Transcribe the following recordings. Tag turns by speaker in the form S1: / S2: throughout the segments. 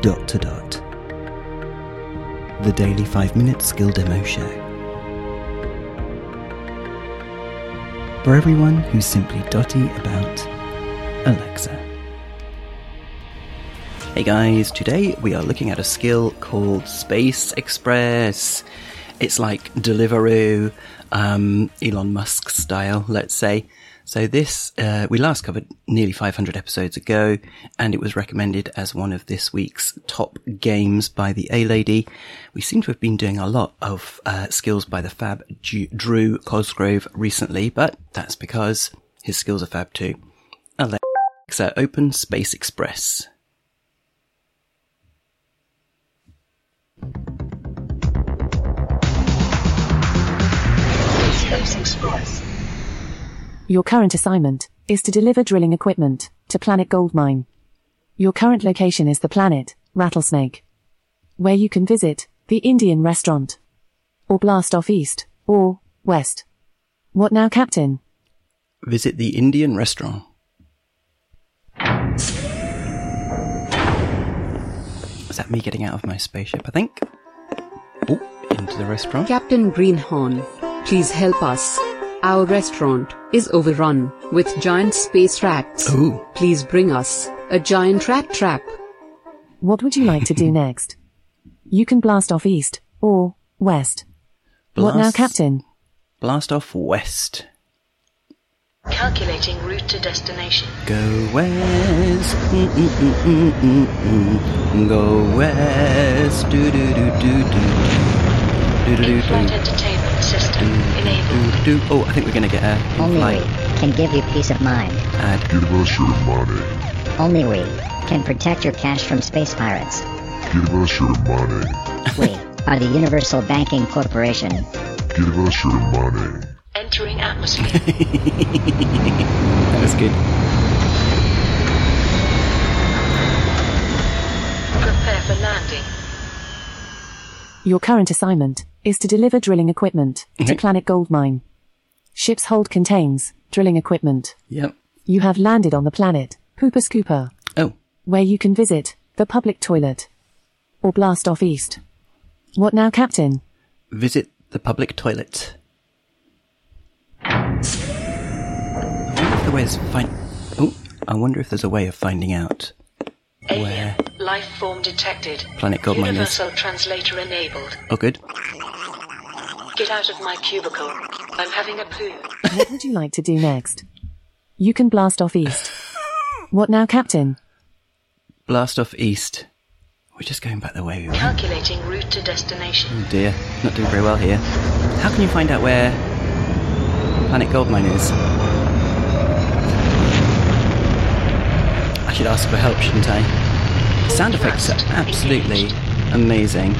S1: dot to dot. The Daily 5 Minute Skill Demo Show. For everyone who's simply dotty about Alexa. Hey guys, today we are looking at a skill called Space Express. It's like Deliveroo, um, Elon Musk style, let's say. So this uh, we last covered nearly 500 episodes ago, and it was recommended as one of this week's top games by the A Lady. We seem to have been doing a lot of uh, skills by the Fab G- Drew Cosgrove recently, but that's because his skills are Fab too. Alexa, open Space Express.
S2: Space Express.
S3: Your current assignment is to deliver drilling equipment to Planet Goldmine. Your current location is the planet Rattlesnake, where you can visit the Indian restaurant or blast off east or west. What now, Captain?
S1: Visit the Indian restaurant. Is that me getting out of my spaceship? I think. Oh, into the restaurant.
S4: Captain Greenhorn, please help us. Our restaurant is overrun with giant space rats.
S1: Ooh.
S4: Please bring us a giant rat trap.
S3: What would you like to do next? You can blast off east or west. What now,
S1: Blast-
S3: Captain?
S1: Blast off west.
S2: Calculating route to destination.
S1: Go west. Mm, mm, mm, mm, mm, mm. Go west. Do do do do do. Do do do
S2: In-flight
S1: do.
S2: entertainment system enabled.
S1: Do, do, do. Oh, I think we're gonna get a
S5: Only
S1: flight
S5: we can give you peace of mind.
S1: ad.
S6: Universal money.
S5: Only we can protect your cash from space pirates.
S6: Universal money.
S5: We are the Universal Banking Corporation.
S6: Universal money.
S2: Entering atmosphere.
S1: That was good.
S2: Prepare for landing.
S3: Your current assignment is to deliver drilling equipment to
S1: Mhm.
S3: Planet Goldmine. Ship's hold contains drilling equipment.
S1: Yep.
S3: You have landed on the planet Pooper Scooper.
S1: Oh,
S3: where you can visit the public toilet or blast off east. What now, Captain?
S1: visit the public toilet. I wonder if the way is find. Oh, I wonder if there's a way of finding out.
S2: Alien. Life form detected.
S1: Planet Goldmine is-
S2: Universal translator enabled.
S1: Oh, good.
S2: Get out of my cubicle. I'm having a poo.
S3: What would you like to do next? You can blast off east. What now, Captain?
S1: Blast off east. We're just going back the way we went.
S2: Calculating route to destination.
S1: Oh dear, not doing very well here. How can you find out where Planet Goldmine is? I should ask for help, shouldn't I? The sound effects are absolutely amazing.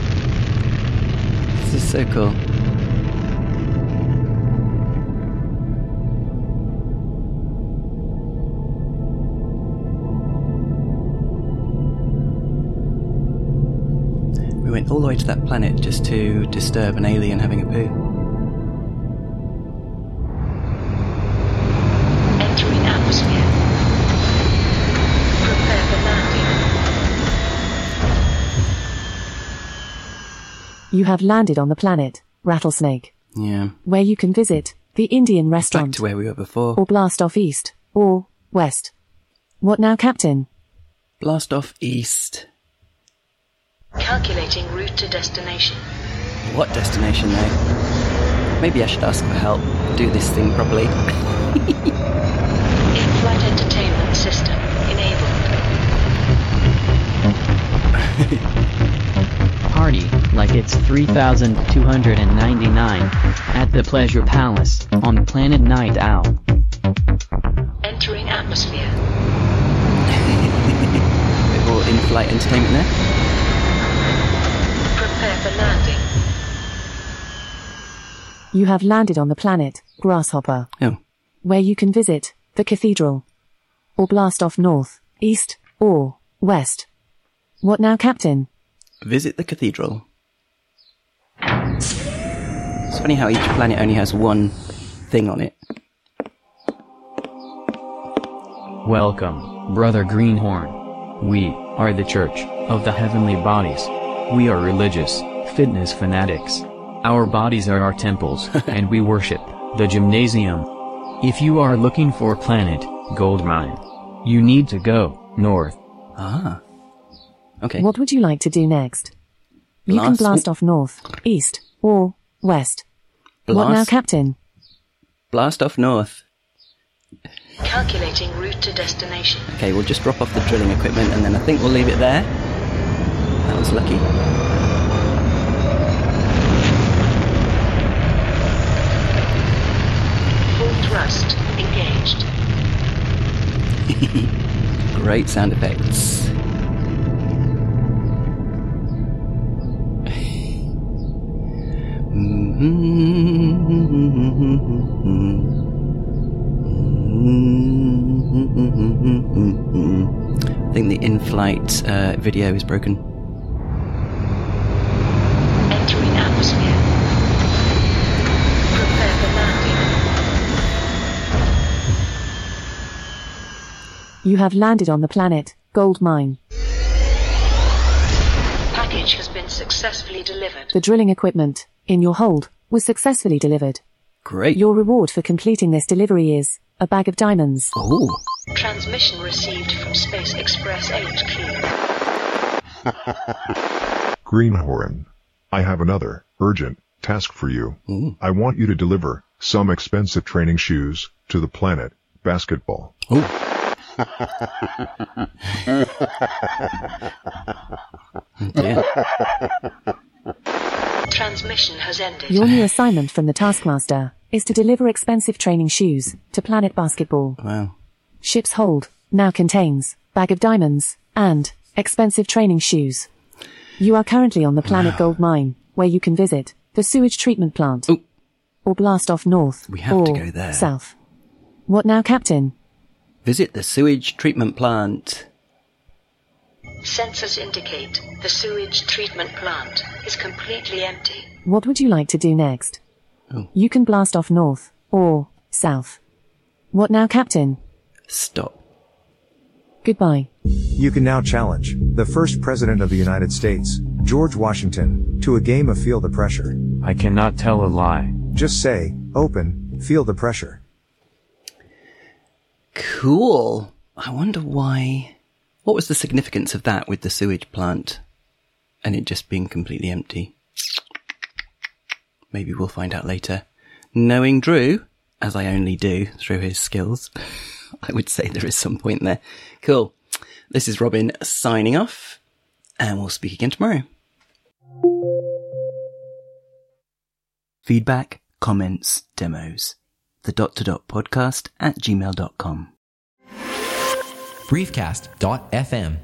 S1: This is so cool. We went all the way to that planet just to disturb an alien having a poo.
S2: Entering atmosphere. Prepare for landing.
S3: You have landed on the planet Rattlesnake,
S1: Yeah.
S3: where you can visit the Indian
S1: Back
S3: restaurant
S1: to where we were before.
S3: or blast off east or west. What now, Captain?
S1: Blast off east.
S2: Calculating route to destination.
S1: What destination though? Maybe I should ask for help. Do this thing properly.
S2: In-flight entertainment system enabled.
S7: party like it's 3299 at the Pleasure Palace on Planet Night Owl.
S2: Entering atmosphere.
S1: Bit more in-flight entertainment there.
S2: Prepare for landing.
S3: You have landed on the planet Grasshopper,
S1: Oh,
S3: where you can visit the cathedral or blast off north, east, or west. What now, Captain?
S1: visit the cathedral. It's funny how each planet only has one thing on it.
S7: Welcome, Brother Greenhorn. We are the church of the heavenly bodies. We are religious, fitness fanatics. Our bodies are our temples, and we worship the gymnasium. If you are looking for planet gold mine, you need to go north.
S1: Ah. Okay.
S3: What would you like to do next? You can
S1: Blast-
S3: blast off north, east, or west. What now,
S1: Blast,
S3: Captain?
S1: blast off north.
S2: Calculating route to destination.
S1: Okay, we'll just drop off the drilling equipment and then I think we'll leave it there. That was lucky.
S2: Full thrust engaged.
S1: Great sound effects. I think the in flight uh, video is broken.
S2: Entering atmosphere. Prepare for landing.
S3: You have landed on the planet, gold mine.
S2: Package has been successfully delivered.
S3: The drilling equipment, in your hold, was successfully delivered.
S1: Great.
S3: Your reward for completing this delivery is a bag of diamonds.
S1: oh,
S2: Transmission received from Space Express HQ.
S6: Greenhorn. I have another urgent task for you. I want you to deliver some expensive training shoes to the planet basketball.
S1: dear.
S2: Transmission has ended.
S3: Your new assignment from the Taskmaster is to deliver expensive training shoes to Planet Basketball.
S1: wow.
S3: Ship's hold now contains bag of diamonds and expensive training shoes. You are currently on the planet Gold Mine, where you can visit the sewage treatment plant
S1: Ooh.
S3: or blast off north
S1: We have
S3: or
S1: to go there.
S3: south. What now, Captain?
S1: Visit the sewage treatment plant.
S2: Sensors indicate the sewage treatment plant is completely empty.
S3: What would you like to do next?
S1: Oh,
S3: You can blast off north or south. What now, Captain?
S1: Stop.
S3: Goodbye.
S8: You can now challenge the first president of the United States, George Washington, to a game of Feel the Pressure.
S7: I cannot tell a lie.
S8: Just say, open, feel the pressure.
S1: Cool. I wonder why. What was the significance of that with the sewage plant and it just being completely empty? Maybe we'll find out later. Knowing Drew, as I only do through his skills, I would say there is some point there. Cool. This is Robin signing off, and we'll speak again tomorrow. Feedback, comments, demos. The dot to dot podcast at gmail.com.
S9: briefcast.fm